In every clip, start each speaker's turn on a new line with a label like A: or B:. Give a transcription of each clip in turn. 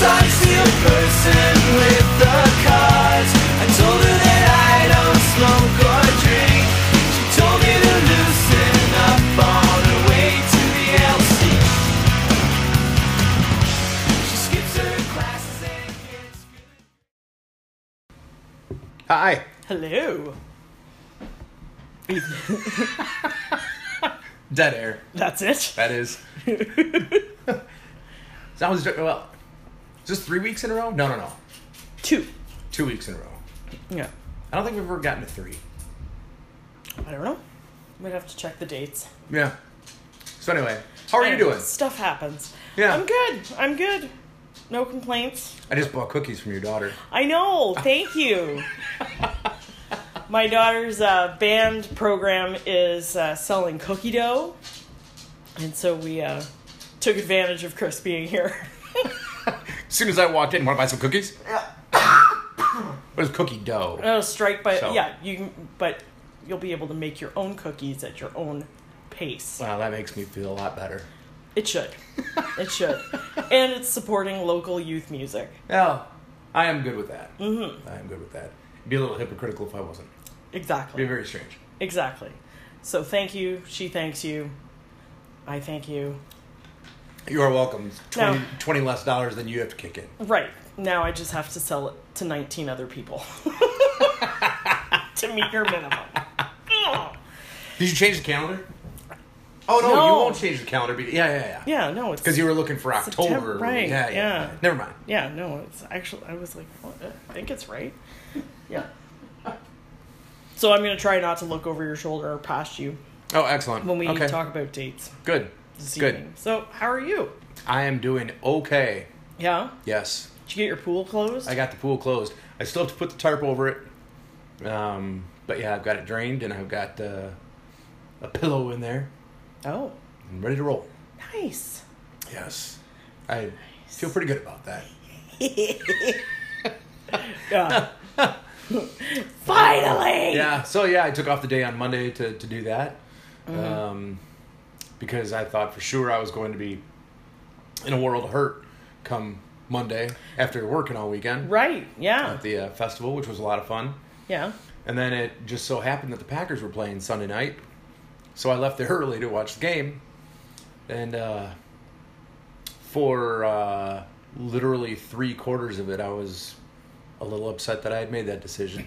A: real person with the cause. I told her that I don't smoke or drink. She told me to loosen up on her way to the LC. She skips her classes and gets good.
B: Hi.
C: Hello.
B: Dead air.
C: That's it.
B: That is. that was well. Is this three weeks in a row? No, no, no.
C: Two.
B: Two weeks in a row.
C: Yeah.
B: I don't think we've ever gotten to three.
C: I don't know. Might have to check the dates.
B: Yeah. So anyway, how are you doing?
C: Stuff happens.
B: Yeah.
C: I'm good. I'm good. No complaints.
B: I just bought cookies from your daughter.
C: I know. Thank you. My daughter's uh, band program is uh, selling cookie dough, and so we uh, took advantage of Chris being here.
B: As soon as I walked in, want to buy some cookies? Yeah. Uh, what is cookie dough?
C: No Oh, strike, but
B: So-
C: yeah, you. can- But you'll be able to make your own cookies at your own pace.
B: Wow, that makes me feel a lot better.
C: It should. It should. and it's supporting local youth music.
B: Well, I am good with that. Mm-hmm. I am good with that. Be a little hypocritical if I wasn't. Be
C: Exactly.
B: very strange.
C: Exactly. So thank you. She thanks you. I thank you.
B: You are welcome. 20,
C: No.
B: 20 less dollars than you have to kick in.
C: Right. Now I just have to sell it to 19 other people to meet your minimum. Ugh.
B: Did you change the calendar? Oh no,
C: No.
B: you won't change the calendar. Because, yeah, yeah, yeah.
C: Yeah, no, it's.
B: Because you were looking for
C: September,
B: October.
C: right,
B: Yeah, yeah,
C: yeah.
B: yeah. Never mind.
C: Yeah, no, it's actually. I was like, what? I think it's right. Yeah. So I'm going to try not to look over your shoulder or past you
B: Oh, excellent.
C: when we
B: okay.
C: talk about dates
B: Good.
C: this
B: Good.
C: evening. So, how are you?
B: I am doing okay.
C: Yeah?
B: Yes,
C: Did you get your pool closed?
B: I got the pool closed. I still have to put the tarp over it. Um, but yeah, I've got it drained and I've got uh, a pillow in there.
C: oh,
B: I'm ready to roll.
C: nice.
B: Yes, I feel pretty good about that.
C: Yeah. Finally.
B: Yeah. So yeah, I took off the day on Monday to to do that, um, because I thought for sure I was going to be in a world of hurt come Monday after working all weekend
C: Right. Yeah.
B: at the uh, festival, which was a lot of fun.
C: Yeah.
B: And then it just so happened that the Packers were playing Sunday night, so I left there early to watch the game, and uh, for uh, literally three quarters of it, I was a little upset that I had made that decision.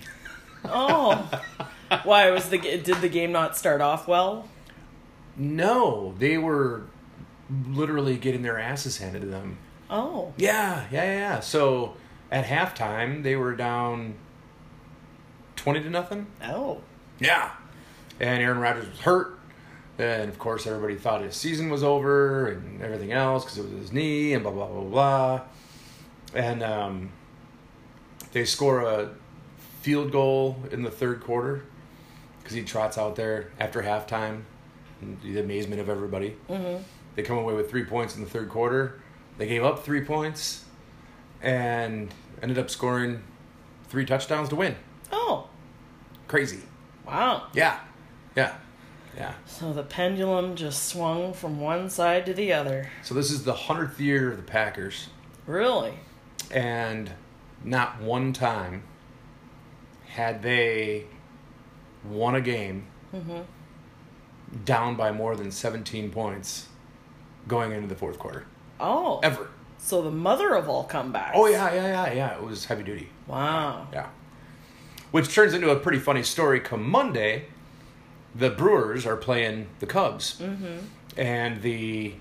C: Oh. Why was the g- did the game not start off well?
B: No, they were literally getting their asses handed to them.
C: Oh.
B: Yeah, yeah, yeah. yeah. So at halftime, they were down 20 to nothing.
C: Oh.
B: Yeah. And Aaron Rodgers was hurt. And of course, everybody thought his season was over and everything else because it was his knee and blah, blah, blah, blah. And um, they score a field goal in the third quarter because he trots out there after halftime, and the amazement of everybody. Mm-hmm. They come away with three points in the third quarter. They gave up three points and ended up scoring three touchdowns to win.
C: Oh.
B: Crazy.
C: Wow.
B: Yeah. Yeah. Yeah.
C: So the pendulum just swung from one side to the other.
B: So this is the 100th year of the Packers,
C: Really?
B: and not one time had they won a game down by more than 17 points going into the fourth quarter.
C: Oh.
B: Ever.
C: So the mother of all comebacks.
B: Oh, yeah, yeah, yeah, yeah. It was heavy duty.
C: Wow.
B: Yeah. Which turns into a pretty funny story come Monday. The Brewers are playing the Cubs. Mm-hmm. And the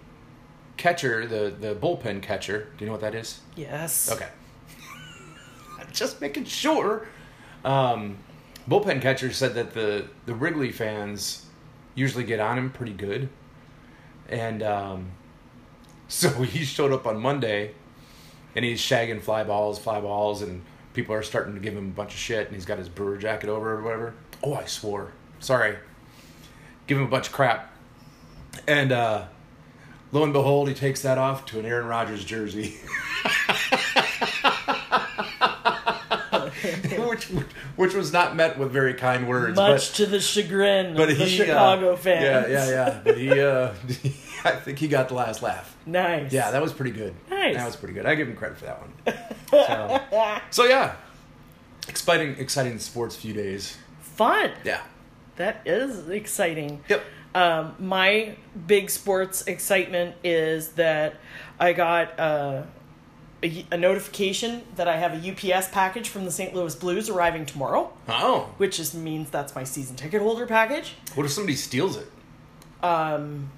B: catcher, the, the bullpen catcher, do you know what that is?
C: Yes.
B: Okay. Just making sure. Um, bullpen catcher said that the, the Wrigley fans usually get on him pretty good. And um, so he showed up on Monday and he's shagging fly balls, fly balls, and people are starting to give him a bunch of shit. And he's got his brewer jacket over or whatever. Oh, I swore. Sorry. Give him a bunch of crap. And uh, lo and behold, he takes that off to an Aaron Rodgers jersey. which, which which was not met with very kind words.
C: Much
B: but,
C: to the chagrin
B: but
C: of the
B: he, uh,
C: Chicago fans.
B: Yeah, yeah, yeah. But he, uh, I think he got the last laugh.
C: Nice.
B: Yeah, that was pretty good.
C: Nice.
B: That was pretty good. I give him credit for that one. So, so yeah, exciting, exciting sports few days.
C: Fun.
B: Yeah.
C: That is exciting.
B: Yep.
C: Um, my big sports excitement is that I got uh, a, y- a notification that I have a UPS package from the St. Louis Blues arriving tomorrow,
B: Oh,
C: which just means that's my season ticket holder package.
B: what if somebody steals it?
C: No.
B: I'm,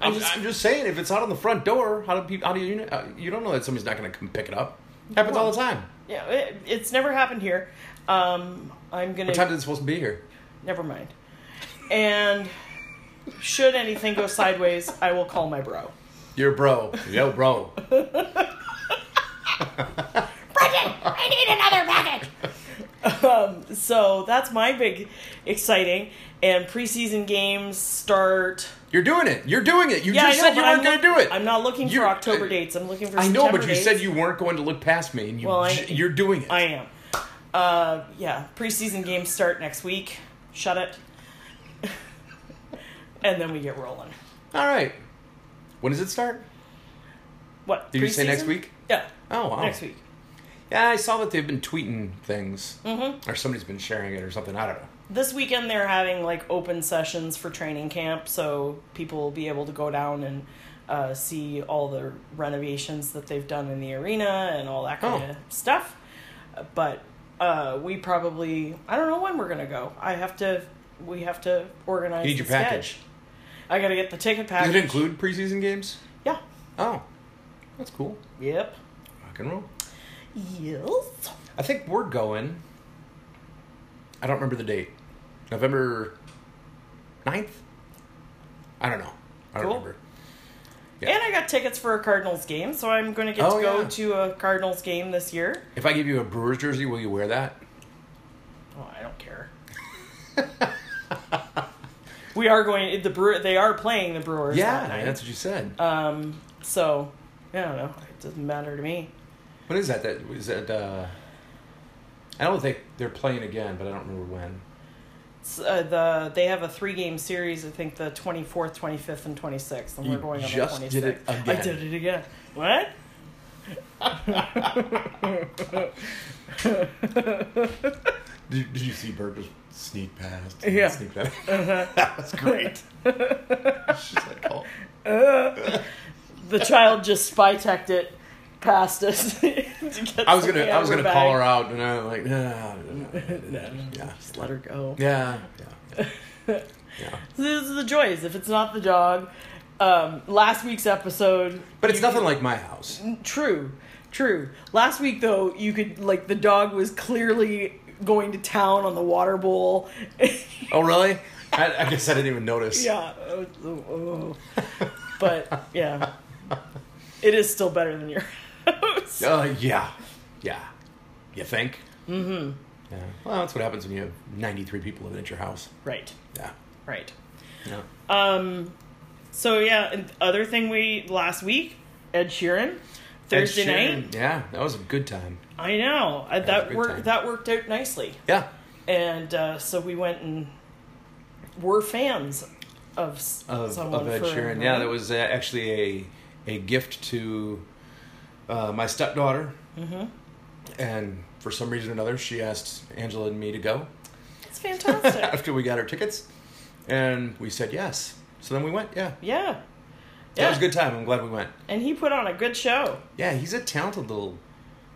C: I just-
B: I'm just saying, if it's out on the front door, how do people? How do you? Know, uh, you don't know that somebody's not going to come pick it up. Happens all the time.
C: Yeah, it, it's never happened here. Um, I'm gonna
B: What time is it supposed to be here?
C: never mind. And should anything go sideways, I will call my bro.
B: You're bro. Yo, bro.
D: I need another package.
C: So that's my big exciting. And preseason games start.
B: You're doing it. You're doing it. You
C: Yeah,
B: just
C: I know,
B: said you
C: but I'm
B: weren't going to
C: look-
B: do it.
C: I'm not looking for
B: You're-
C: October
B: I-
C: dates. I'm looking for.
B: I know, but
C: September
B: you
C: dates.
B: said you weren't going to look past me, and you
C: Well, I-
B: j- you're doing it.
C: I am. Uh, yeah, preseason games start next week. Shut it. and then we get rolling.
B: All right. When does it start?
C: What?
B: Did you say
C: preseason?
B: next week?
C: Yeah.
B: Oh wow.
C: Next week.
B: Yeah, I saw that they've been tweeting things, mm-hmm. or somebody's been sharing it or something. I don't know.
C: This weekend they're having like open sessions for training camp, so people will be able to go down and uh, see all the renovations that they've done in the arena and all that kind
B: Oh.
C: of stuff. Uh, But uh, we probably I don't know when we're gonna go. I have to. We have to organize.
B: You need
C: the
B: your package.
C: sketch. I gotta get the ticket
B: Does
C: package.
B: it include preseason games?
C: Yeah.
B: Oh, that's cool.
C: Yep.
B: Rock and roll.
C: Yes.
B: I think we're going. I don't remember the date. November 9th? I don't know. I don't
C: Cool.
B: remember. Yeah.
C: And I got tickets for a Cardinals game, so I'm gonna get
B: Oh,
C: to go
B: yeah.
C: to a Cardinals game this year.
B: If I give you a Brewers jersey, will you wear that?
C: Oh, I don't care. we are going the brewer. They are playing the Brewers.
B: yeah,
C: that night.
B: that's what you said.
C: um. So I don't know. It doesn't matter to me.
B: what is that? That is that. Uh, I don't think they're playing again, but I don't remember when.
C: It's, uh, the they have a three game series. I think the twenty fourth, twenty fifth, and twenty sixth, and
B: You
C: we're going on
B: just
C: the twenty
B: did it
C: sixth. I
B: again.
C: did it again. What?
B: Did, did you see Bert just sneak past?
C: Yeah. Uh-huh.
B: Sneak past? that was great. She's like, oh.
C: The child just spy teched it past us. to get
B: I was gonna,
C: something
B: I was
C: out
B: gonna
C: of her
B: call
C: bag.
B: her out, and I'm like, nah, nah, nah, nah, nah." yeah,
C: Just let her go.
B: yeah, yeah, yeah.
C: This is the joys. If it's not the dog, um, last week's episode.
B: But it's
C: you-
B: nothing like my house.
C: True, true. Last week though, you could like the dog was clearly going to town on the water bowl.
B: Oh, really? I, I guess I didn't even notice.
C: yeah. oh, oh, oh. But yeah. It is still better than your house.
B: Uh, yeah, yeah. You think? Mm-hmm. Yeah. Well, that's what happens when you have 93 people living at your house.
C: Right.
B: Yeah.
C: Right.
B: Yeah.
C: So yeah, and the other thing we last week, Ed Sheeran, Thursday
B: Ed Sheeran,
C: night.
B: Yeah, that was a good time.
C: I know. I,
B: was a
C: that
B: good time.
C: worked that worked out nicely.
B: Yeah.
C: and uh, so we went and were fans of s-
B: of,
C: someone
B: of Ed
C: for
B: Sheeran. Yeah, that was uh, actually a a gift to uh, my stepdaughter, mm-hmm. and for some reason or another, she asked Angela and me to go
C: it's fantastic.
B: after we got our tickets, and we said yes. So then we went. Yeah,
C: yeah,
B: that was a good time. I'm glad we went.
C: And he put on a good show.
B: Yeah, he's a talented little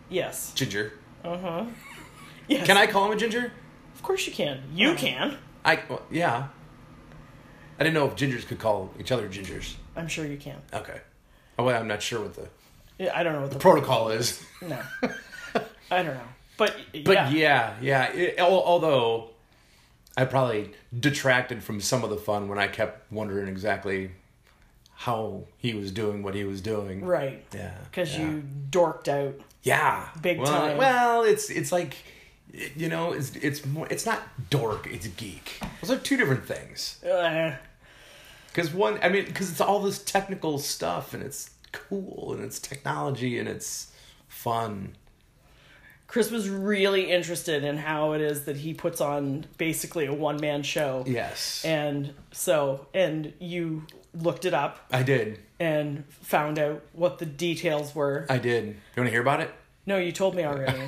C: Yes.
B: ginger.
C: Uh huh. Yes.
B: Can I call him a ginger?
C: Of course you can. You can.
B: I well, yeah. I didn't know if gingers could call each other gingers.
C: I'm sure you can.
B: Okay. Oh, well, I'm not sure what the
C: Yeah, I don't know what the,
B: protocol is.
C: no. I don't know. But
B: But
C: yeah.
B: yeah, yeah. It, al- although I probably detracted from some of the fun when I kept wondering exactly how he was doing what he was doing.
C: right
B: Yeah.
C: because
B: yeah.
C: you dorked out.
B: yeah
C: big
B: well,
C: time.
B: Well, it's it's like you know it's it's more it's not dork it's geek those are two different things
C: Uh,
B: because one i mean because it's all this technical stuff and it's cool and it's technology and it's fun
C: Chris was really interested in how it is that he puts on basically a one man show.
B: yes
C: and so and you looked it up
B: I did.
C: and found out what the details were.
B: I did. You want to hear about it?
C: No, you told me already.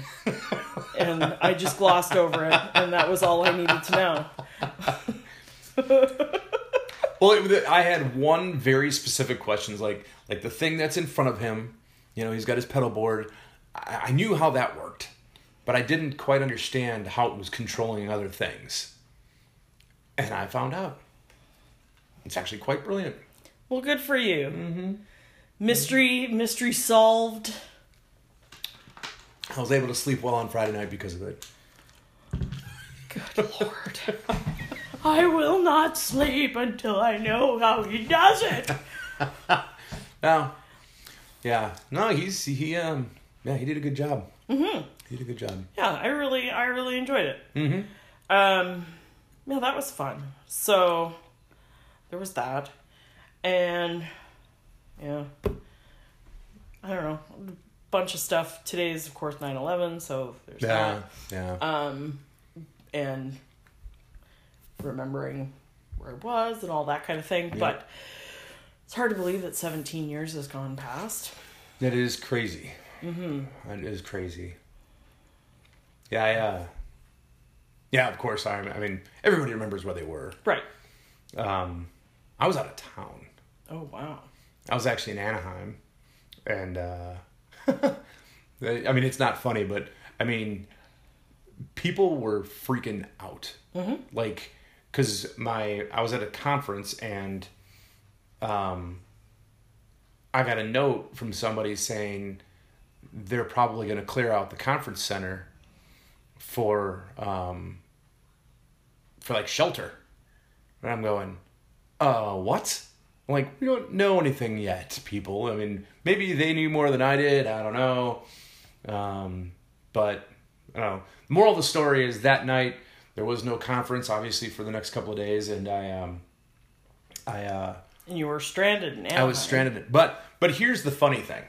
C: and I just glossed over it, and that was all I needed to know.
B: Well, it, I had one very specific question, like like the thing that's in front of him. You know, he's got his pedal board. I, I knew how that worked, but I didn't quite understand how it was controlling other things. And I found out it's actually quite brilliant.
C: Well, good for you. Mm-hmm. Mystery, mystery solved.
B: I was able to sleep well on Friday night because of it.
C: Good lord. I will not sleep until I know how he does it.
B: Now, yeah, no, he's he um yeah he did a good job. Mm-hmm. He did a good job.
C: Yeah, I really, I really enjoyed it. Mm-hmm. Um, yeah, that was fun. So there was that, and yeah, I don't know, a bunch of stuff. Today is of course 9-11, so there's
B: Yeah,
C: that.
B: yeah.
C: um, and remembering where it was and all that kind of thing. But it's hard to believe that 17 years has gone past.
B: That is crazy. Mm-hmm. That is crazy. Yeah, I, uh, yeah. Of course, I, I mean, everybody remembers where they were.
C: Right.
B: Um, I was out of town.
C: Oh, wow.
B: I was actually in Anaheim, and uh, I mean, it's not funny, but I mean, people were freaking out. Mm-hmm. Like, cause my I was at a conference and, um, I got a note from somebody saying they're probably going to clear out the conference center for um, for like shelter, and I'm going, uh, what? I'm like, we don't know anything yet, people. I mean, maybe they knew more than I did. I don't know. Um, but, I don't know. The moral of the story is that night, there was no conference, obviously, for the next couple of days. And I, um, I, uh,
C: And you were stranded in Anaheim.
B: I was stranded. But, but here's the funny thing.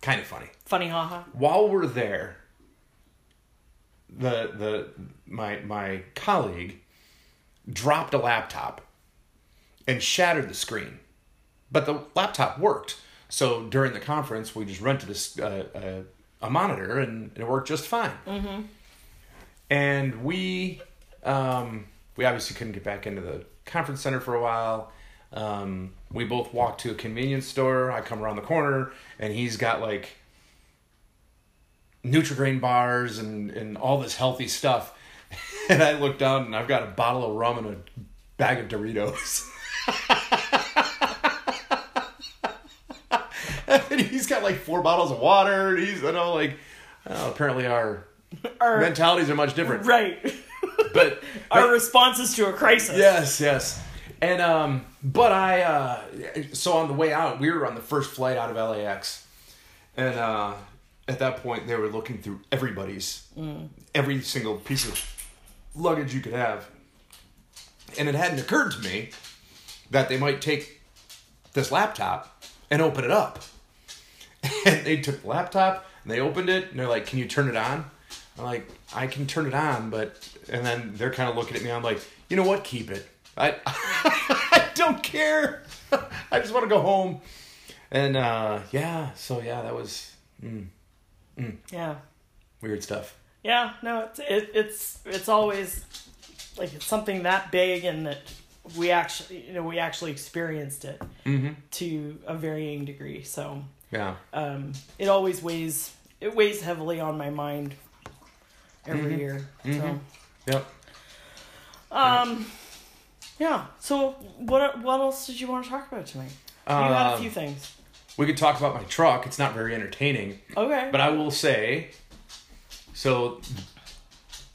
B: Kind of funny
C: Funny haha.
B: while we're there, the the my my colleague dropped a laptop and shattered the screen, but the laptop worked. So during the conference, we just rented a s- a, a, a monitor and it worked just fine. Mm-hmm. And we um, we obviously couldn't get back into the conference center for a while. Um, we both walked to a convenience store. I come around the corner and he's got like Nutrigrain bars and, and all this healthy stuff. And I look down and I've got a bottle of rum and a bag of Doritos. and he's got like four bottles of water. And he's, you know, like, oh, apparently our
C: Our,
B: mentalities are much different.
C: right.
B: But
C: Our responses to a crisis.
B: Yes, yes. And um, but I uh, so on the way out, we were on the first flight out of LAX, and uh, at that point they were looking through everybody's every single piece of luggage you could have, and it hadn't occurred to me that they might take this laptop and open it up. And they took the laptop and they opened it and they're like, "Can you turn it on?" I'm like, "I can turn it on," but and then they're kind of looking at me. I'm like, "You know what? Keep it. I I don't care. I just want to go home." And uh, yeah, so yeah, that was
C: Yeah.
B: weird stuff.
C: Yeah. No, it's it, it's it's always like it's something that big and that we actually you know we actually experienced it
B: Mm-hmm.
C: to a varying degree. So
B: Yeah,
C: um, it always weighs it weighs heavily on my mind every
B: Mm-hmm.
C: year. So
B: yep. Mm-hmm.
C: um, yeah. So what what else did you want to talk about tonight? you had a
B: Um,
C: few things.
B: We could talk about my truck. It's not very entertaining,
C: Okay.
B: but I will say. So,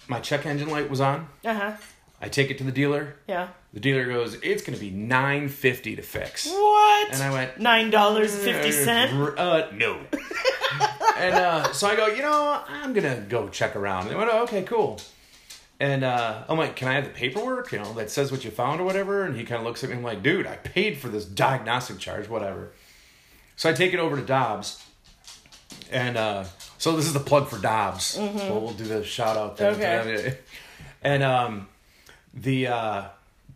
B: my check engine light was on.
C: uh huh.
B: I take it to the dealer.
C: Yeah.
B: The dealer goes, "It's going to be nine fifty to fix."
C: What?
B: And I went,
C: Nine dollars fifty cent.
B: Uh, no. and uh, so I go, you know, I'm gonna go check around. And they went, oh, okay, cool. And uh, I'm like, can I have the paperwork? You know, that says what you found or whatever. And he kind of looks at me. I'm like, dude, I paid for this diagnostic charge, whatever. So I take it over to Dobbs. And uh, so this is the plug for Dobbs. So we'll do the shout out thing.
C: Okay.
B: And um, the uh,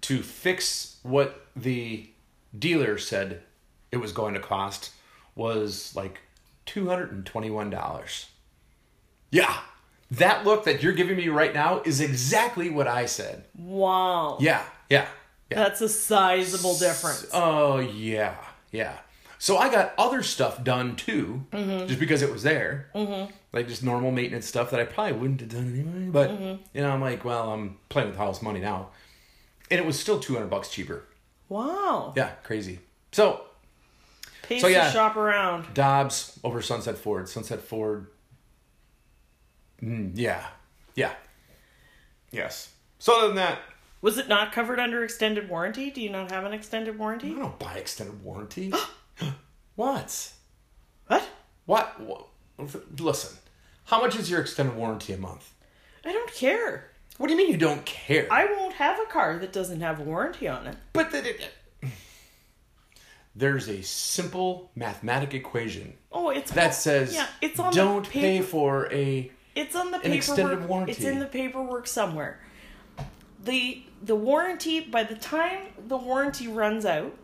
B: to fix what the dealer said it was going to cost was like $221. Yeah. That look that you're giving me right now is exactly what I said.
C: Wow.
B: Yeah. Yeah. Yeah.
C: That's a sizable difference.
B: Oh yeah, yeah. So I got other stuff done too, just because it was there, mm-hmm. like just normal maintenance stuff that I probably wouldn't have done anyway. But you know, I'm like, well, I'm playing with house money now, and it was still 200 bucks cheaper.
C: wow.
B: Yeah, crazy. So
C: Pays
B: So, yeah.
C: to shop around.
B: Dobbs over Sunset Ford, Sunset Ford. Mm, yeah, yeah, yes. So other than that,
C: Was it not covered under extended warranty? Do you not have an extended warranty?
B: I don't buy extended warranty. what? Mm-hmm. What?
C: What?
B: wha- Listen, how much is your extended warranty a month?
C: I don't care.
B: What do you mean you don't care?
C: I won't have a car that doesn't have a warranty on it.
B: but that it, there's a simple mathematic equation
C: Oh, it's
B: that says
C: yeah, it's on
B: don't
C: the
B: pay
C: paper.
B: for a.
C: It's on the paperwork.
B: extended warranty.
C: It's in the paperwork somewhere. The the warranty by the time the warranty runs out,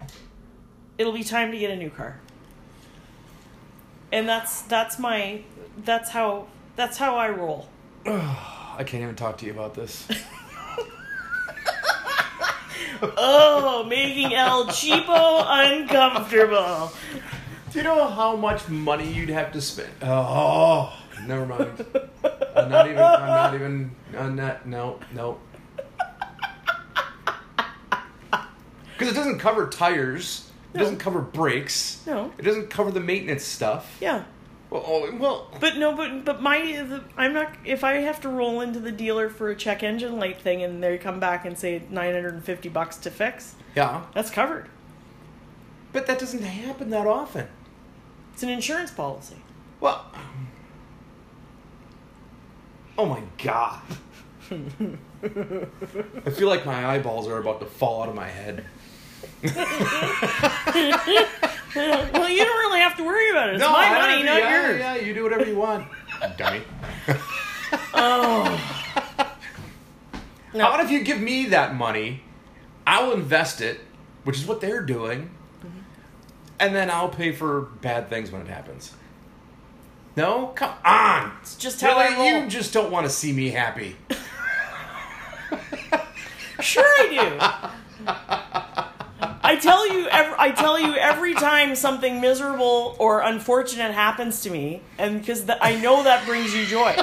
C: it'll be time to get a new car. And that's that's my that's how that's how I roll.
B: I can't even talk to you about this.
C: Oh, making El Cheapo uncomfortable.
B: Do you know how much money you'd have to spend?
C: Uh,
B: Oh, never mind. I'm not even. I'm not even. I'm not. No, no. Because it doesn't cover tires. It doesn't cover brakes.
C: No.
B: It doesn't cover the maintenance stuff.
C: Yeah.
B: Well, oh, well.
C: But no, but but my the, I'm not. If I have to roll into the dealer for a check engine light thing, and they come back and say 950 bucks to fix,
B: Yeah.
C: that's covered.
B: But that doesn't happen that often.
C: It's an insurance policy.
B: Well. Oh my god. I feel like my eyeballs are about to fall out of my head.
C: well, you don't really have to worry about it. It's my
B: I don't
C: money,
B: have
C: not
B: to- yeah,
C: yours.
B: Yeah, you do whatever you want. Dummy.
C: Oh,
B: How about if you give me that money? I'll invest it, which is what they're doing,
C: Mm-hmm.
B: and then I'll pay for bad things when it happens. No, come on.
C: it's just how I
B: Really,
C: roll.
B: you just don't want to see me happy.
C: Sure, I do. I tell you, every, I tell you every time something miserable or unfortunate happens to me, and because I know that brings you joy.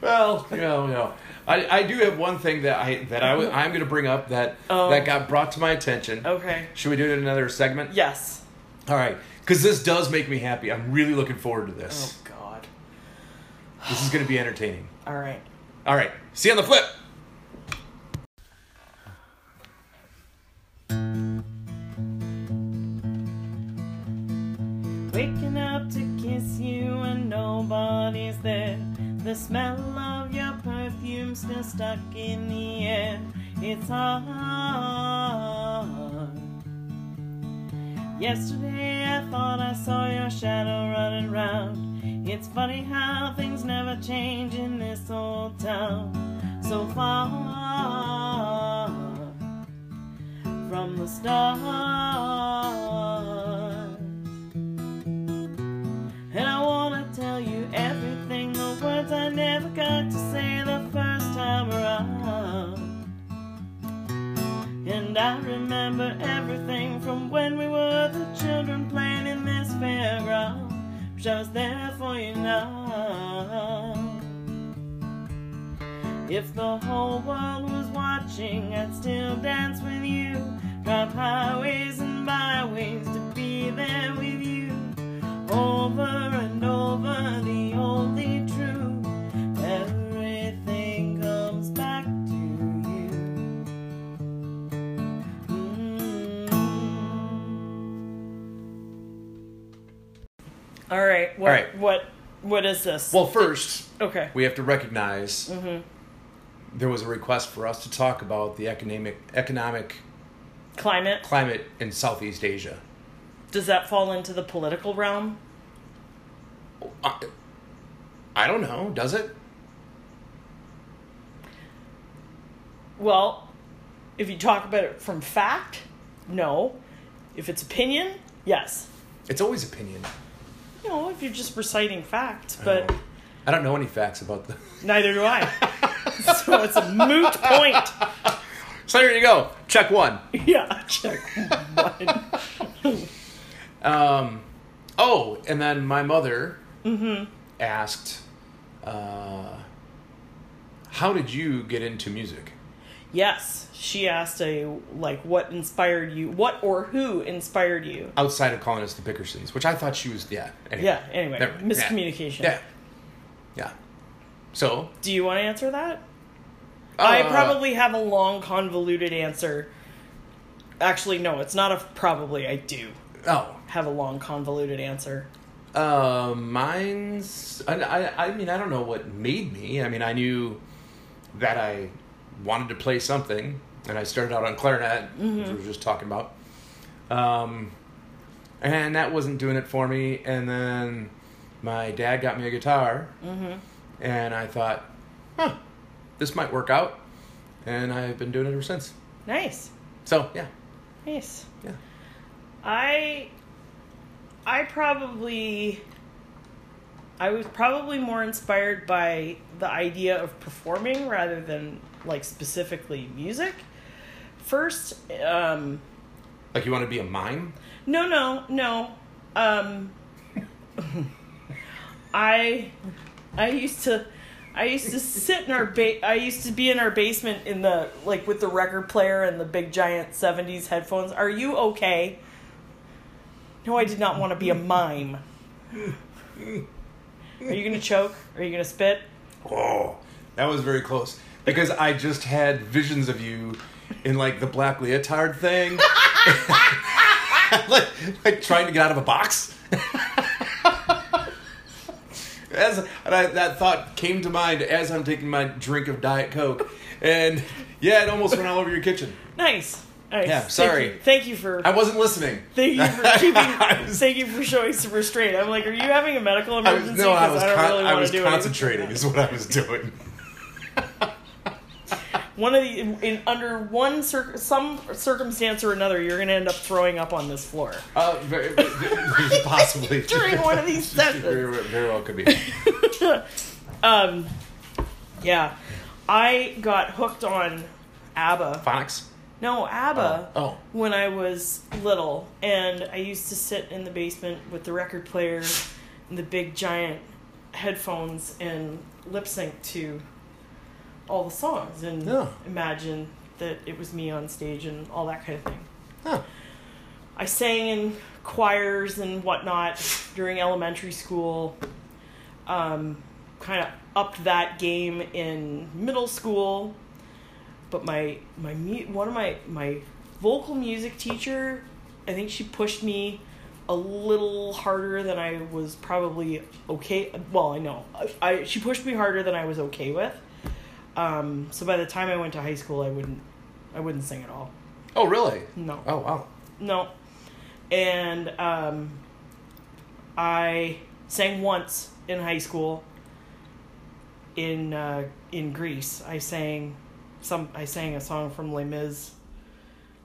B: Well, you know, you know. I, I do have one thing that I that I w- I'm going to bring up that
C: Oh.
B: that got brought to my attention.
C: Okay.
B: Should we do it in another segment?
C: Yes.
B: All right, because this does make me happy. I'm really looking forward to
C: Oh
B: this.
C: God. Oh.
B: This is going to be entertaining.
C: All right.
B: All right. See you on the flip.
C: Waking up to kiss you and nobody's there. The smell of your perfume still stuck in the air. It's hard. Yesterday I thought I saw your shadow running round. It's funny how things never change in this old town. So far from the start. And I wanna tell you everything, the words I never got to say the first time around. And I remember everything from when we were the children playing in this fairground. Wish I was there for you now. If the whole world was watching, I'd still dance with you. Drive highways and byways to be there with you over and over the only truth everything comes back to you Mm. all right what,
B: All right.
C: what what is this
B: Well, first,
C: okay
B: we have to recognize there was a request for us to talk about the economic economic
C: climate
B: climate in Southeast Asia.
C: does that fall into the political realm
B: Oh, I, I don't know. Does it?
C: well If you talk about it from fact, no. If it's opinion, yes.
B: It's always opinion.
C: You know, if you're just reciting facts, but
B: Um, I don't know any facts about the.
C: neither do I. so it's a moot point.
B: So here you go. Check one.
C: Yeah, check one.
B: Um, oh, and then my mother asked, uh, "How did you get into music?"
C: Yes, she asked a like, what inspired you? What or who inspired you?
B: Outside of calling us the Bickersons, which I thought she was. Yeah. Anyway,
C: Yeah. Anyway,
B: Never- yeah.
C: miscommunication.
B: Yeah. Yeah. So
C: Do you want to answer that? I
B: uh,
C: probably have a long, convoluted answer. Actually, no, it's not a probably. I do
B: oh
C: have a long, convoluted answer.
B: Uh, mine's. I, I, I mean, I don't know what made me. I mean, I knew that I wanted to play something, and I started out on clarinet, which we were just talking about. Um, and that wasn't doing it for me. And then my dad got me a guitar, and I thought, huh, this might work out. And I've been doing it ever since.
C: Nice,
B: So, yeah,
C: nice.
B: yeah.
C: I, I probably, I was probably more inspired by the idea of performing rather than like specifically music. First, um,
B: Like, you want to be a mime?
C: No, no, no. Um, I, I used to, I used to sit in our ba- I used to be in our basement in the like with the record player and the big giant seventies headphones. Are you okay? No, I did not want to be a mime. Are you gonna choke? Are you gonna spit?
B: Oh, that was very close. Because I just had visions of you in like the black leotard thing, like, like trying to get out of a box. as and I, that thought came to mind as I'm taking my drink of Diet Coke, and yeah, it almost went all over your kitchen.
C: Nice. Nice.
B: Yeah,
C: Thank
B: sorry.
C: you- Thank you, for.
B: I wasn't listening.
C: Thank you for keeping.
B: I was-
C: thank you for showing some restraint. I'm like, are you having a medical
B: I was,
C: emergency?
B: no, I
C: 'Cause
B: was,
C: don't
B: con- I
C: really wanna
B: was
C: do anything.
B: concentrating, is what I was doing.
C: One of the in, in- under one cir- some circumstance or another, you're gonna end up throwing up on this floor
B: Uh, very, possibly
C: during one of these
B: Very,
C: sessions.
B: very well could be.
C: Um, yeah, I got hooked on ABBA.
B: Phonics.
C: No, ABBA.
B: Oh, oh.
C: When I was little, and I used to sit in the basement with the record player and the big giant headphones and lip sync to all the songs and
B: Yeah.
C: imagine that it was me on stage and all that kind of thing.
B: Huh.
C: I sang in choirs and whatnot during elementary school. Um, kind of upped that game in middle school, but my my mu- one of my my vocal music teacher, I think she pushed me a little harder than I was probably okay. Well, I know I, I she pushed me harder than I was okay with. Um, so by the time I went to high school, I wouldn't I wouldn't sing at all.
B: Oh, really?
C: No.
B: Oh, wow.
C: No. And um, I sang once in high school. In uh, in Greece, I sang some. I sang a song from Les Mis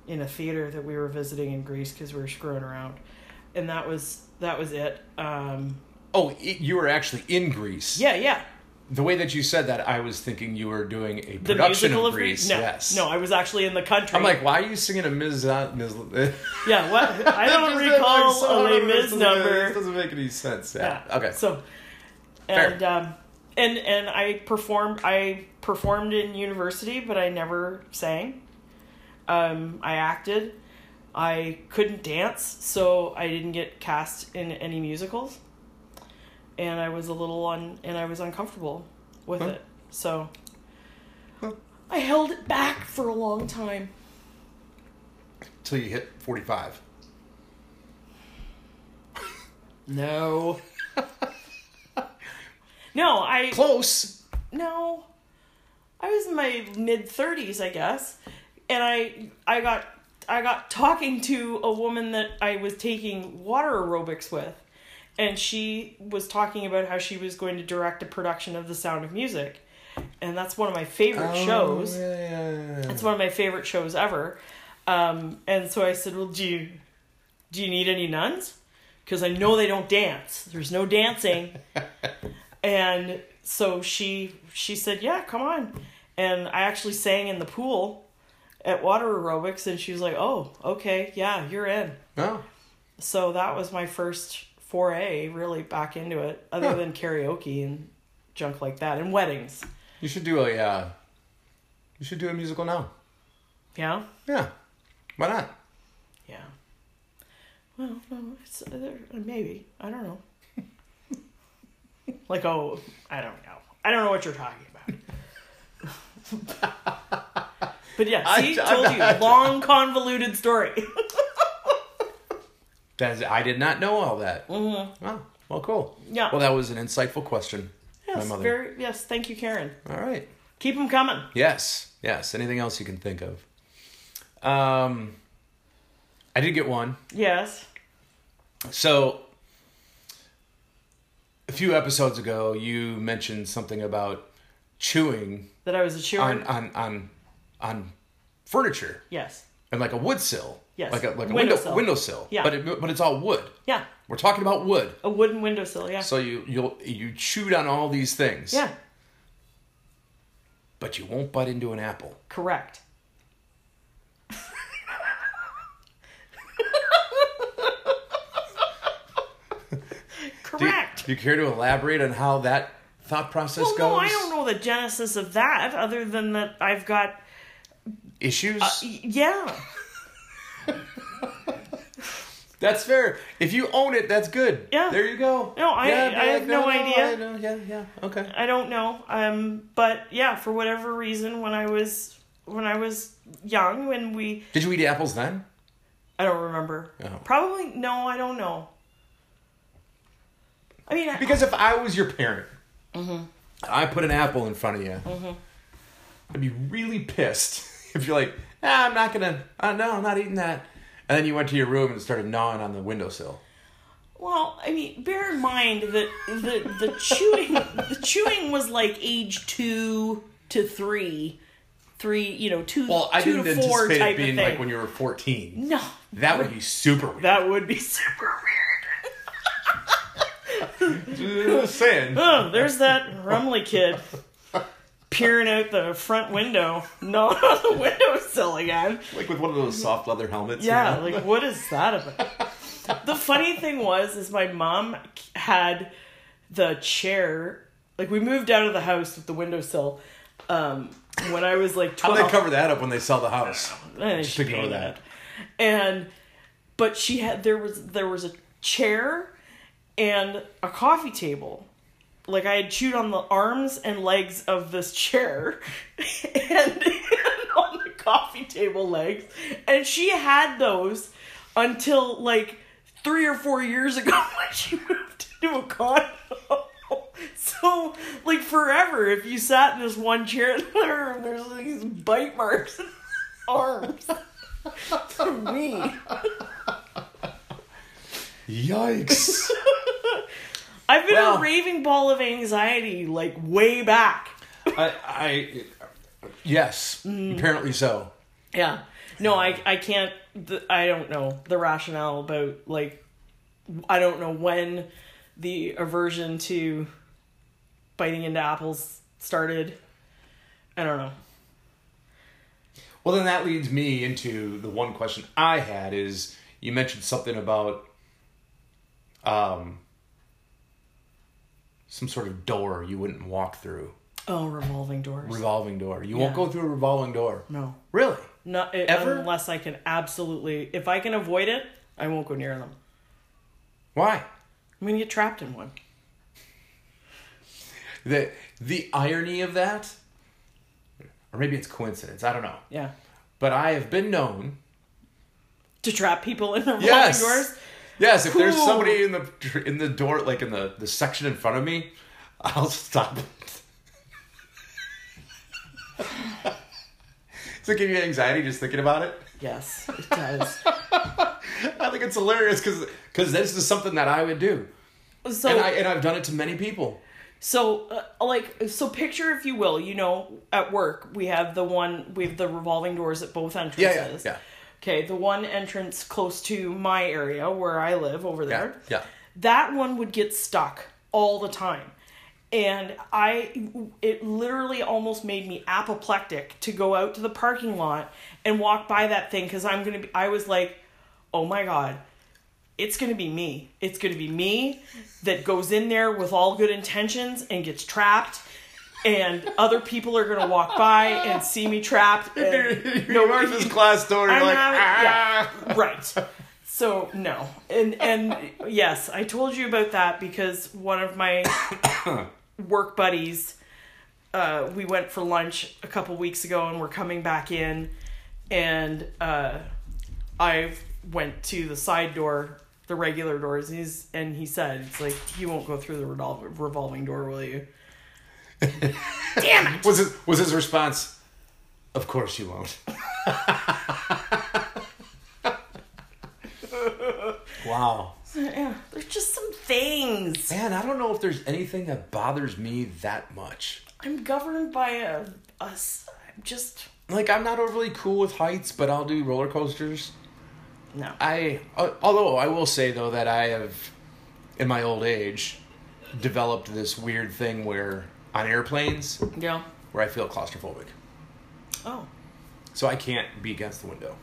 C: in a theater that we were visiting in Greece because we were screwing around, and that was that was it. Um,
B: Oh, i you were actually in Greece.
C: yeah, yeah.
B: The way that you said that, I was thinking you were doing a
C: The
B: production
C: musical
B: of Greece.
C: No,
B: yes.
C: no, I was actually in the country.
B: I'm like, why are you singing a Ms. Uh, Ms. I
C: yeah, what? I don't recall a Les Mis number.
B: This doesn't make any sense. Yeah.
C: Yeah.
B: Okay.
C: So,
B: Fair.
C: and um, and and I performed. I performed in university, but I never sang. Um, I acted. I couldn't dance, so I didn't get cast in any musicals. And I was a little un and I was uncomfortable with
B: Huh.
C: it. So
B: Huh.
C: I held it back for a long time.
B: Till you hit 45.
C: No. no, I
B: Close.
C: no i was in my mid 30s i guess and i i got i got talking to a woman that i was taking water aerobics with and she was talking about how she was going to direct a production of the sound of music and that's one of my favorite
B: Oh,
C: shows. It's one of my favorite shows ever. Um, and so I said, "Well, do you do you need any nuns? Because I know they don't dance. There's no dancing." and so she she said, "Yeah, come on." And I actually sang in the pool at water aerobics, and she was like, "Oh, okay, yeah, you're in."
B: Oh,
C: So that was my first foray, really, back into it, other
B: Huh.
C: than karaoke and junk like that, and weddings.
B: you should do a. Uh, you should do a musical now.
C: Yeah.
B: Yeah, why not?
C: Yeah. Well, no, it's uh, there- maybe I don't know. like oh, I don't know. I don't know what you're talking about. but yeah,
B: I-
C: see,
B: I'm
C: told you, long convoluted story.
B: That's, I did not know all that. Mm-hmm. Oh, well, cool.
C: Yeah.
B: Well, that was an insightful question. my
C: yes,
B: mother.
C: very yes. Thank you, Karen.
B: all right.
C: Keep them coming.
B: Yes, yes. Anything else you can think of? Um, I did get one.
C: Yes.
B: So, a few episodes ago, you mentioned something about chewing
C: That I was a cheerer.
B: on on on on furniture
C: yes.
B: and like a wood sill.
C: Yes.
B: Like a like a
C: Windowsill.
B: window windowsill.
C: Yeah.
B: But it, but it's all wood.
C: Yeah.
B: We're talking about wood.
C: A wooden windowsill. Yeah.
B: So you you you chewed on all these things.
C: yeah.
B: But you won't bite into an apple.
C: Correct.
B: Do you,
C: Correct.
B: do you care to elaborate on how that thought process
C: well,
B: goes?
C: no, I don't know the genesis of that, other than that I've got
B: Issues.
C: Uh, y- yeah,
B: That's fair. If you own it, that's good.
C: Yeah.
B: There you go.
C: No, I-
B: Yeah,
C: I
B: be
C: have no idea. Uh,
B: I know. Yeah, yeah. Okay.
C: I don't know. Um, but yeah, for whatever reason, when I was when I was young, when we
B: Did you eat apples then?
C: I don't remember.
B: Oh.
C: Probably no, I don't know. I mean, I-
B: Because if I was your parent,
C: Mm-hmm.
B: and I put an apple in front of you, I'd be really pissed if you're like, ah, I'm not gonna. Uh, no, I'm not eating that. And then you went to your room and started gnawing on the windowsill.
C: well, I mean, bear in mind that the the chewing the chewing was like age two to three, three you know two
B: Well, I
C: 2
B: didn't
C: to four
B: anticipate
C: type
B: it
C: of
B: being
C: thing.
B: like when you were 14.
C: no,
B: That would be super weird.
C: that would be super weird.
B: Just saying.
C: Oh, there's that Rumley kid peering out the front window, not on the windowsill again.
B: Like with one of those soft leather helmets. you
C: Yeah,
B: know?
C: like what is that about? The funny thing was, is my mom had the chair. Like we moved out of the house with the windowsill um, when I was like
B: How
C: twelve.
B: do they cover that up when they sell the house?
C: Eh, she
B: ignore
C: painted
B: that.
C: it. And but she had there was there was a chair and a coffee table. Like I had chewed on the arms and legs of this chair and, and on the coffee table legs. And she had those until like three or four years ago when she moved into a condo. So, like forever, if you sat in this one chair in the room, there's these bite marks in the arms. For me.
B: Yikes.
C: I've been
B: Well-
C: a raving ball of anxiety like way back.
B: I, I yes,
C: Mm.
B: apparently so.
C: Yeah. No, I I can't. The, I don't know the rationale about like. I don't know when the aversion to biting into apples started. I don't know.
B: Well, then that leads me into the one question I had is you mentioned something about um some sort of door you wouldn't walk through,
C: Oh, revolving doors.
B: revolving door. You won't
C: Yeah.
B: go through a revolving door.
C: no,
B: Really?
C: not it,
B: Ever?
C: unless I can absolutely. If I can avoid it, I won't go near them.
B: Why?
C: I'm gonna get trapped in one.
B: The the irony of that, or maybe it's coincidence. I don't know.
C: Yeah.
B: But I have been known
C: To trap people in revolving
B: Yes.
C: doors.
B: Yes, if there's
C: Cool.
B: somebody in the in the door, like in the, the section in front of me, I'll stop. Does it give you anxiety just thinking about it?
C: Yes, it does.
B: I think it's hilarious because this is something that I would do,
C: so
B: and I and I've done it to many people.
C: So, uh, like, so picture, if you will, you know, at work, we have the one, we have the revolving doors at both
B: yeah,
C: entrances.
B: yeah.
C: Okay, the one entrance close to my area where I live over
B: Yeah,
C: there.
B: yeah.
C: That one would get stuck all the time. And I, it literally almost made me apoplectic to go out to the parking lot and walk by that thing because I'm going to be, I was like, oh my God, it's going to be me. It's going to be me that goes in there with all good intentions and gets trapped. And other people are going to walk by and see me trapped. And
B: You learned this class door. You're
C: I'm
B: like,
C: not- yeah.
B: ah.
C: right. So no, and and yes, I told you about that because one of my work buddies, uh, we went for lunch a couple weeks ago, and we're coming back in, and uh, I went to the side door, the regular doors, and, he's, and he said, "It's like you won't go through the revol- revolving door, will you?"
D: Damn it.
B: Was his was his response? Of course you won't. wow,
C: Yeah, there's just some things.
B: man, I don't know if there's anything that bothers me that much.
C: I'm governed by a us. I'm just
B: Like I'm not overly cool with heights, but I'll do roller coasters.
C: no.
B: I al- although I will say though that I have in my old age developed this weird thing where on airplanes
C: Yeah.
B: where I feel claustrophobic.
C: Oh.
B: So I can't be against the window.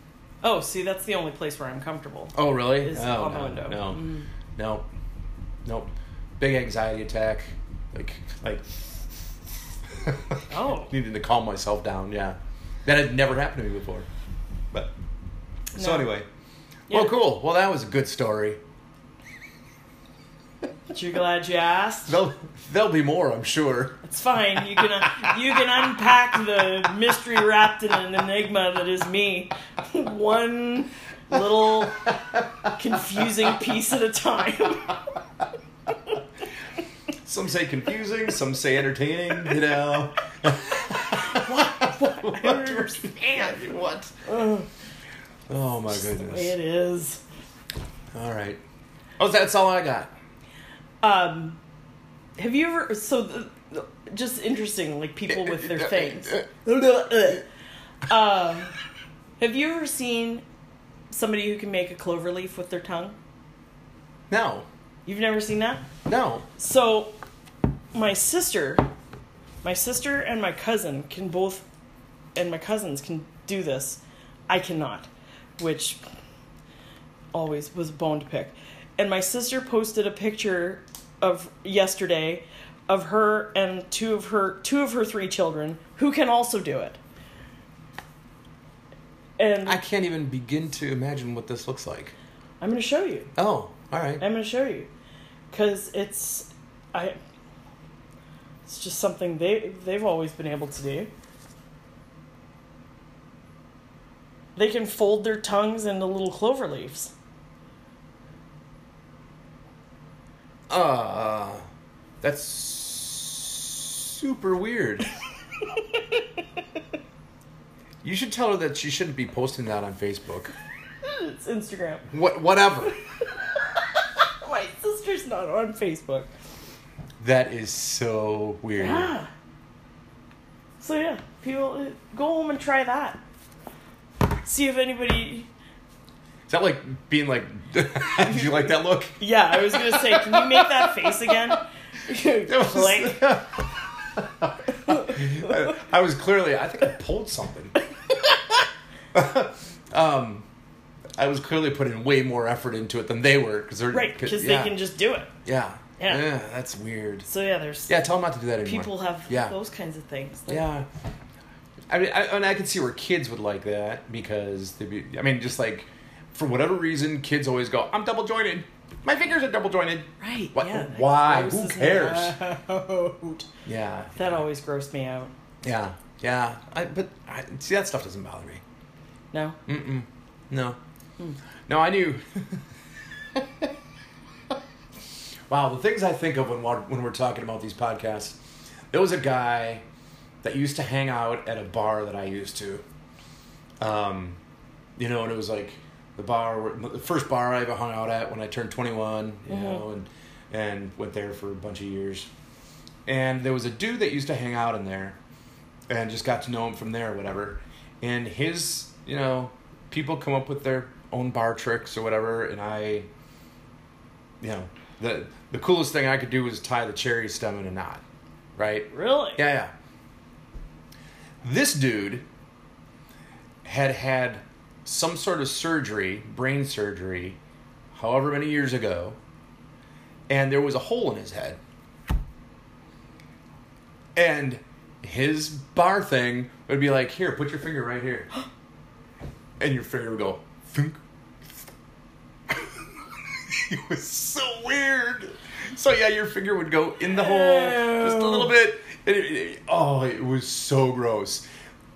C: Oh, see, that's the only place where I'm comfortable.
B: Oh really?
C: Is
B: oh,
C: on the
B: no,
C: window. Mm.
B: No. Nope. Nope. Big anxiety attack. Like like
C: Oh.
B: needing to calm myself down, yeah. That had never happened to me before. But so
C: No.
B: anyway.
C: Yeah.
B: Well cool. Well that was a good story.
C: But you're glad you asked.
B: There'll there'll be more, I'm sure.
C: It's fine. You can uh, you can unpack the mystery wrapped in an enigma that is me, one little confusing piece at a time.
B: Some say confusing, some say entertaining, you know. what?
C: understand.
B: What? Oh my
C: The way it
B: goodness.
C: is.
B: All right. Oh, that's all I got.
C: Um, have you ever? So, the, the- just interesting, like people with their things. um, have you ever seen somebody who can make a clover leaf with their tongue?
B: No.
C: You've never seen that?
B: No.
C: So, my sister, my sister and my cousin can both, and my cousins can do this. I cannot, which always was a bone to pick. And my sister posted a picture of yesterday of her and two of her two of her three children who can also do it. And
B: I can't even begin to imagine what this looks like.
C: I'm going to show you.
B: Oh, all right.
C: I'm gonna show you, cause it's, I. It's just something they they've always been able to do. They can fold their tongues into little clover leaves.
B: Uh, that's super weird. you should tell her that she shouldn't be posting that on Facebook.
C: Hmm, It's Instagram.
B: What? Whatever.
C: My sister's not on Facebook.
B: That is so weird.
C: Yeah. So yeah, people uh, go home and try that. See if anybody.
B: Is that like being like, did you like that look?
C: Yeah, I was gonna say, can you make that face again? Click.
B: I, I was clearly, I think I pulled something. um, I was clearly putting way more effort into it than they were because they're
C: Right, because
B: yeah,
C: they can just do it.
B: yeah,
C: Yeah.
B: yeah that's weird.
C: So yeah, there's
B: Yeah, tell them not to do that anymore.
C: people have
B: yeah
C: those kinds of things. Like,
B: yeah. I mean, I, and I can see where kids would like that because they'd be. I mean, just like for whatever reason, kids always go, "I'm double jointed. My fingers are double jointed."
C: Right.
B: What-
C: yeah,
B: why?
C: that
B: Who
C: grosses me
B: cares?
C: out.
B: Yeah.
C: That always grossed me out.
B: Yeah, yeah. I, but I, see, that stuff doesn't bother me.
C: No.
B: Mm. No, no. I knew. wow, the things I think of when we're- when we're talking about these podcasts. There was a guy that used to hang out at a bar that I used to. Um, you know, and it was like the bar, where, the first bar I ever hung out at when I turned twenty one. You know, and and went there for a bunch of years. And there was a dude that used to hang out in there and just got to know him from there or whatever. And his, you know, people come up with their own bar tricks or whatever. And I, you know, the, the coolest thing I could do was tie the cherry stem in a knot, right?
C: Really?
B: Yeah, yeah. This dude had had some sort of surgery, brain surgery, however many years ago, and there was a hole in his head. And his bar thing would be like, here, put your finger right here. And your finger would go, thunk. it was so weird. So, yeah, your finger would go in the hole just a little bit. And it- it- oh, it was so gross.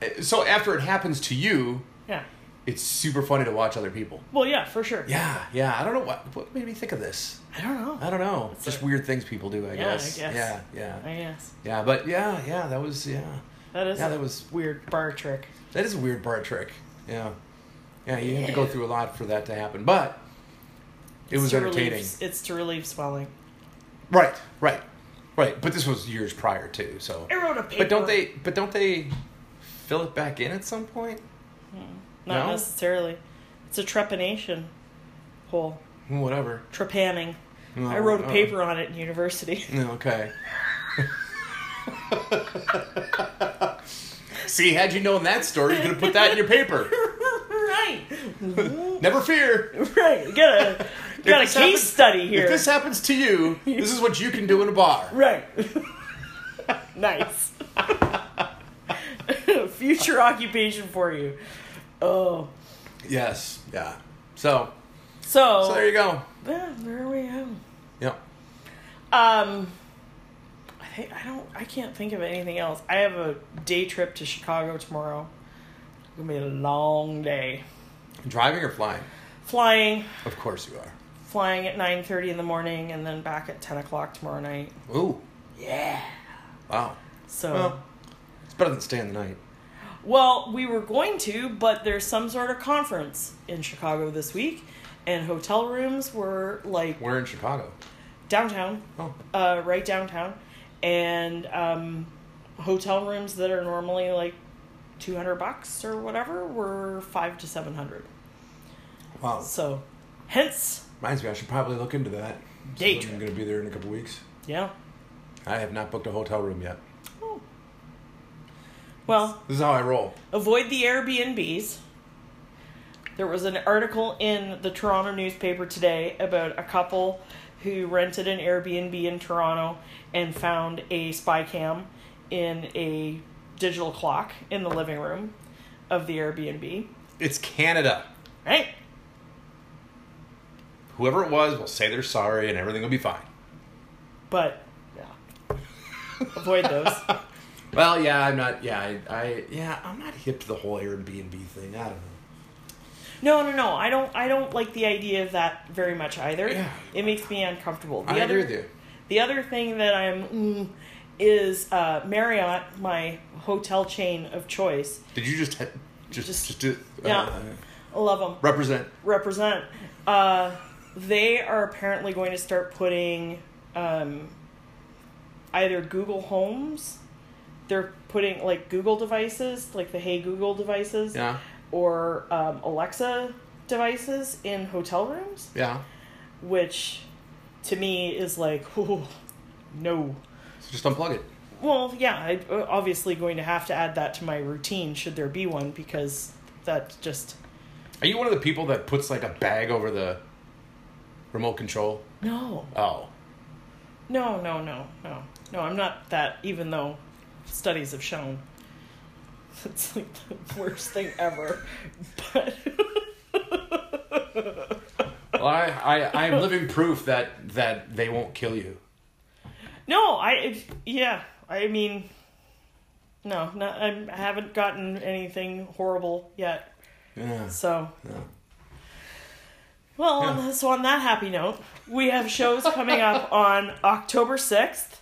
B: Uh, So, after it happens to you,
C: Yeah.
B: it's super funny to watch other people.
C: Well, yeah, for sure.
B: Yeah, yeah. I don't know what what made me think of this.
C: I don't know.
B: I don't know. Just
C: a-
B: weird things people do, I
C: Yeah, I
B: guess.
C: guess.
B: Yeah, yeah,
C: I guess
B: yeah. But yeah, yeah. That was yeah.
C: that is.
B: Yeah,
C: a
B: that was
C: weird bar trick.
B: that is a weird bar trick. Yeah, yeah. You have to go through a lot for that to happen, but it was
C: It's to
B: entertaining.
C: Relieve, it's to relieve swelling.
B: Right, right, right. But this was years prior too. So,
C: I wrote a paper.
B: but don't they? But don't they fill it back in at some point?
C: Not
B: No?
C: necessarily. It's a trepanation hole.
B: Whatever.
C: Trepanning.
B: No,
C: I wrote a
B: no.
C: paper on it in university.
B: Yeah, Okay. See, had you known that story, you could have put that in your paper.
C: right.
B: Never fear.
C: Right. You got a, you got a
B: this
C: case
B: happens-
C: study here.
B: If this happens to you, this is what you can do in a bar.
C: Right. nice. Future occupation for you. Oh.
B: Yes. Yeah. So,
C: So,
B: so there you go.
C: Yeah, there we go.
B: Yep.
C: Um I think I don't I can't think of anything else. I have a day trip to Chicago tomorrow. It's gonna be a long day.
B: Driving or flying?
C: Flying
B: Of course you are.
C: flying at nine thirty in the morning and then back at ten o'clock tomorrow night.
B: Ooh.
C: Yeah.
B: Wow.
C: So
B: Well, it's better than staying the night.
C: Well, we were going to, but there's some sort of conference in Chicago this week, and hotel rooms were like
B: We're in Chicago.
C: downtown,
B: Oh.
C: uh, right downtown, and um, hotel rooms that are normally like 200 bucks or whatever were five to 700.
B: Wow.
C: So, hence,
B: Reminds me, I should probably look into that.
C: Day
B: I'm
C: trip.
B: going to be there in a couple weeks.
C: yeah.
B: I have not booked a hotel room yet.
C: Oh. Well,
B: This is how I roll.
C: avoid the Airbnbs. There was an article in the Toronto newspaper today about a couple who rented an Airbnb in Toronto and found a spy cam in a digital clock in the living room of the Airbnb.
B: It's Canada.
C: Right?
B: Whoever it was will say they're sorry and everything will be fine.
C: But yeah. Avoid those.
B: Well, yeah, I'm not. Yeah, I, I yeah, I'm not hip to the whole Airbnb thing. I don't know.
C: No, no, no. I don't I don't like the idea of that very much either.
B: Yeah.
C: It makes me uncomfortable. The
B: I
C: other-
B: agree with you.
C: The other thing that I'm mm, is uh, Marriott, my hotel chain of choice.
B: Did you just hit- just
C: Just-
B: just, do,
C: yeah.
B: uh,
C: I love them.
B: represent?
C: Represent. Uh, they are apparently going to start putting um, either Google Homes. They're putting like Google devices, like the Hey Google devices,
B: Yeah,
C: or um, Alexa devices in hotel rooms,
B: yeah.
C: which to me is like, no.
B: So just unplug it.
C: Well, yeah, I uh, obviously going to have to add that to my routine should there be one because that's just
B: Are you one of the people that puts like a bag over the remote control?
C: no.
B: Oh,
C: No, no, no, no. No, I'm not that even though studies have shown it's like the worst thing ever. But
B: well, I I I am living proof that that they won't kill you.
C: no, I it- yeah, I mean no, no I'm, I haven't gotten anything horrible yet.
B: Yeah.
C: So
B: yeah.
C: Well,
B: Yeah.
C: on- so on that happy note, we have shows coming up on October 6th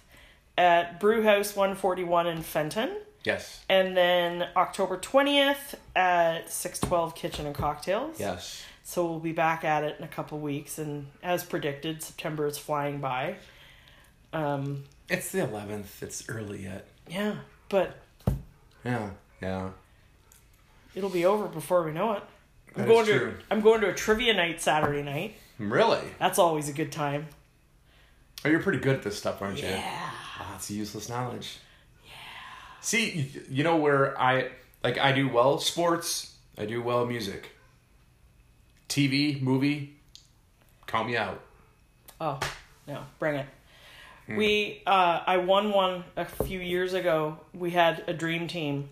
C: at Brewhouse 141 in Fenton,
B: Yes.
C: and then October 20th at 612 Kitchen and Cocktails.
B: Yes.
C: So we'll be back at it in a couple weeks, and as predicted, September is flying by. Um,
B: It's the eleventh. It's early yet.
C: Yeah, but
B: Yeah, yeah.
C: it'll be over before we know it. I'm
B: That
C: going
B: is
C: to
B: true.
C: I'm going to a trivia night Saturday night.
B: Really?
C: That's always a good time.
B: Oh, you're pretty good at this stuff, aren't you?
C: Yeah.
B: Ah, it's useless knowledge. Yeah. See, y- you know where I like I do well sports. I do well music. TV, movie, call me out.
C: Oh, no, bring it. We uh I won one a few years ago. We had a dream team.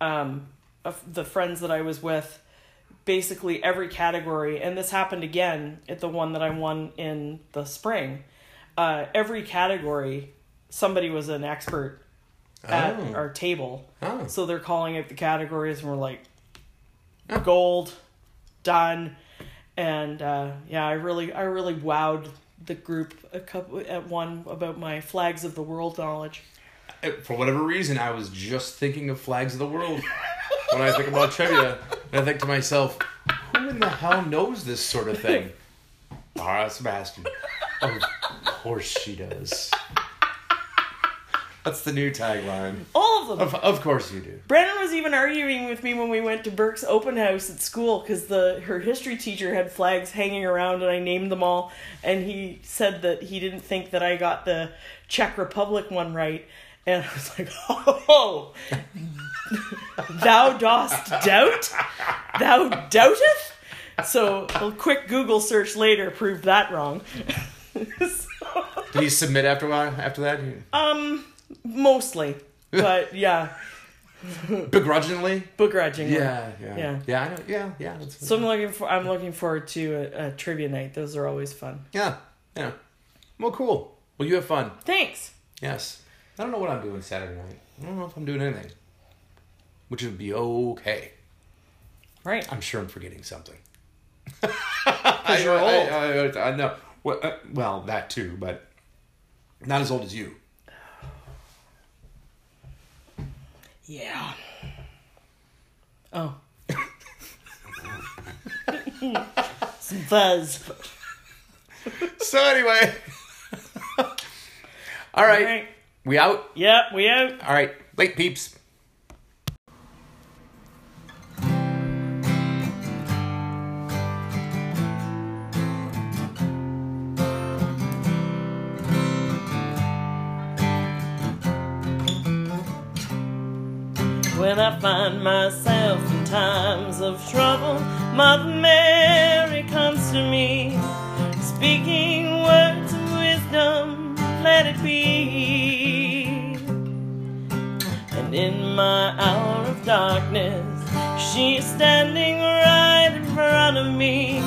C: Um of the friends that I was with basically every category and this happened again at the one that I won in the spring. Uh every category somebody was an expert at
B: Oh.
C: our table.
B: Oh.
C: So they're calling out the categories and we're like gold done and uh, yeah i really i really wowed the group a couple at one about my flags of the world knowledge
B: Uh, For whatever reason, I was just thinking of Flags of the World when I think about trivia, and I think to myself, who in the hell knows this sort of thing? Laura Sebastian. Of course she does. That's the new tagline.
C: all of them
B: Of, of course you do.
C: brandon was even arguing with me when we went to burke's open house at school because the her history teacher had flags hanging around and i named them all and he said that he didn't think that i got the czech republic one right and i was like oh thou dost doubt thou doubteth so a quick google search later proved that wrong So-
B: Did he submit after a while, after that?
C: Um, mostly but yeah
B: Begrudgingly?
C: begrudgingly
B: Yeah, yeah.
C: Yeah.
B: Yeah, I know. Yeah, yeah. That's,
C: so i'm looking for i'm looking forward to a, a trivia night those are always fun
B: yeah, yeah. Well, cool. Well, you have fun.
C: thanks
B: Yes. I don't know what I'm doing Saturday night. I don't know if I'm doing anything. Which would be okay.
C: right
B: I'm sure I'm forgetting something.
C: because you're
B: I,
C: old
B: I, I, I know. Well, uh, well, that too, but not as old as you.
C: yeah oh Some fuzz
B: So anyway. All right.
C: all right
B: We out.
C: yep we out
B: All right. Late peeps.
C: When I find myself in times of trouble, Mother Mary comes to me, speaking words of wisdom, let it be. And in my hour of darkness, she is standing right in front of me,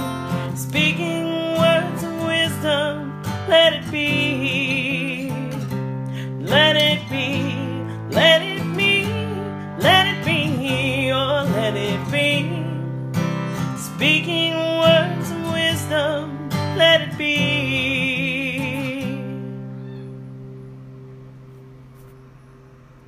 C: speaking words of wisdom, let it be. Let it be, let it be, let it be, oh, let it be. Speaking words of wisdom, let it be.